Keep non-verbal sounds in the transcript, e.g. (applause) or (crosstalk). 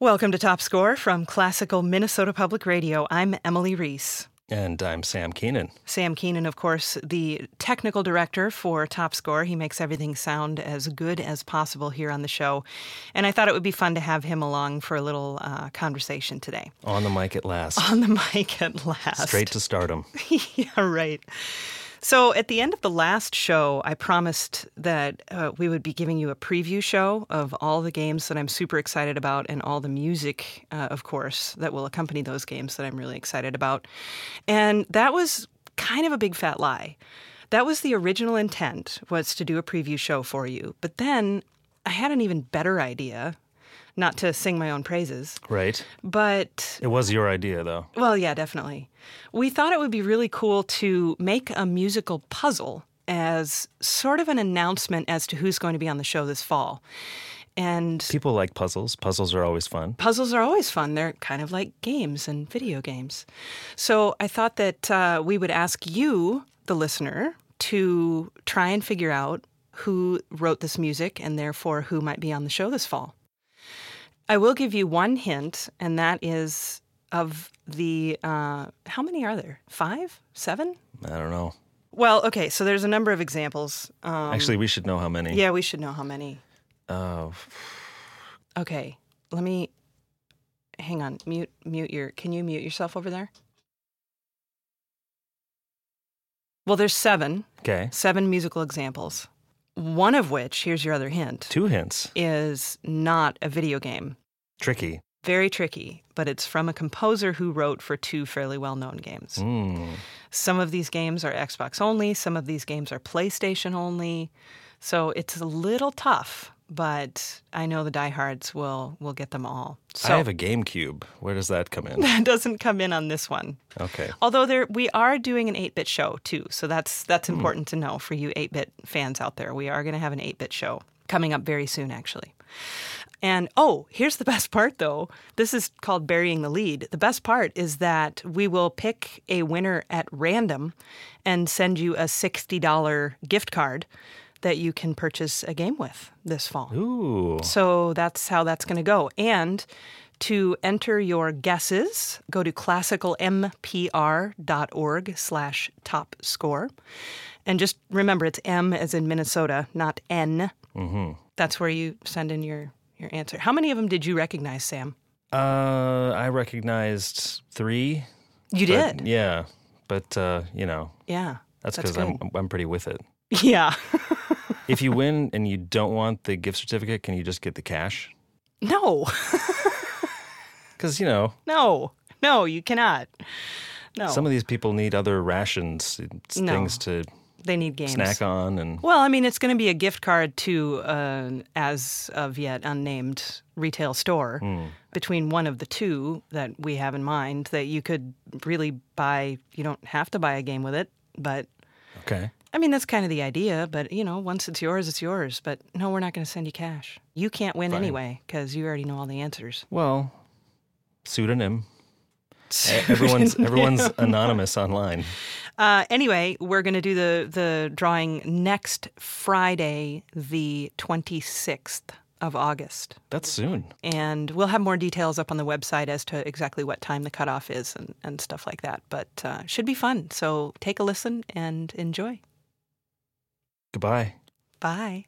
Welcome to Top Score from Classical Minnesota Public Radio. I'm Emily Reese. And I'm Sam Keenan. Sam Keenan, of course, the technical director for Top Score. He makes everything sound as good as possible here on the show. And I thought it would be fun to have him along for a little uh, conversation today. (laughs) On the mic at last. On the mic at last. Straight to stardom. (laughs) yeah, right. So, at the end of the last show, I promised that uh, we would be giving you a preview show of all the games that I'm super excited about and all the music, uh, of course, that will accompany those games that I'm really excited about. And that was kind of a big fat lie. That was the original intent was to do a preview show for you. But then I had an even better idea, not to sing my own praises, Right. but It was your idea, though. well, yeah, definitely. We thought it would be really cool to make a musical puzzle as sort of an announcement as to who's going to be on the show this fall. And People like puzzles. Puzzles are always fun. puzzles are always fun. They're kind of like games and video games. So I thought that uh, we would ask you, the listener, to try and figure out who wrote this music and therefore who might be on the show this fall. I will give you one hint, and that is of the uh, how many are there? Five? Seven? I don't know. Well, okay, so there's a number of examples. Um, Actually, we should know how many. yeah, we should know how many. Oh, Okay, let me hang on. Mute, mute your. Can you mute yourself over there? Well, there's seven, okay. seven musical examples. One of which, here's your other hint, Two hints. is not a video game. Tricky. Very tricky, but it's from a composer who wrote for two fairly well known games. Mm. Some of these games are Xbox only, some of these games are PlayStation only. So it's a little tough, but I know the diehards will will get them all. So I have a GameCube. Where does that come (laughs) in? that doesn't come in on this one. Okay. Although there we are doing an 8-bit show too. So that's that's important to know for you 8-bit fans out there. We are going to have an 8-bit show coming up very soon actually. And oh, here's the (laughs) best part though. This is called burying the lead. The best part is that we will pick a winner at random and send you a $60 gift card that you can purchase a game with this fall. Ooh. So that's how that's going to go. And to enter your guesses, go to classicalmpr.org slash top score. And just remember, it's M as in Minnesota, not N. Mm-hmm. That's where you send in your, your answer. How many of them did you recognize, Sam? Uh, I recognized three. You but- did. Yeah. But, uh, you know, Yeah. that's That's because I'm, I'm pretty with it. (laughs) Yeah. (laughs) If you win and you don't want the gift certificate, can you just get the cash? no, Because, you know, no, no, you cannot. No, Some of these people need other rations, it's No. things to they need games. snack on, and Well, I mean, it's going to be a gift card to an as of yet unnamed retail store Hmm. between one of the two that we have in mind that you could really buy. You don't have to buy a game with it, but okay, I mean, that's kind of the idea. But, you know, once it's yours, it's yours. But no, we're not going to send you cash. You can't win anyway because you already know all the answers. well, pseudonym. (laughs) E- Everyone's everyone's anonymous online. Uh, anyway, we're going to do the, the drawing next Friday, the 26th of August. That's soon. and we'll have more details up on the website as to exactly what time the cutoff is and, and stuff like that. But uh, should be fun. So take a listen and enjoy. Goodbye. Bye.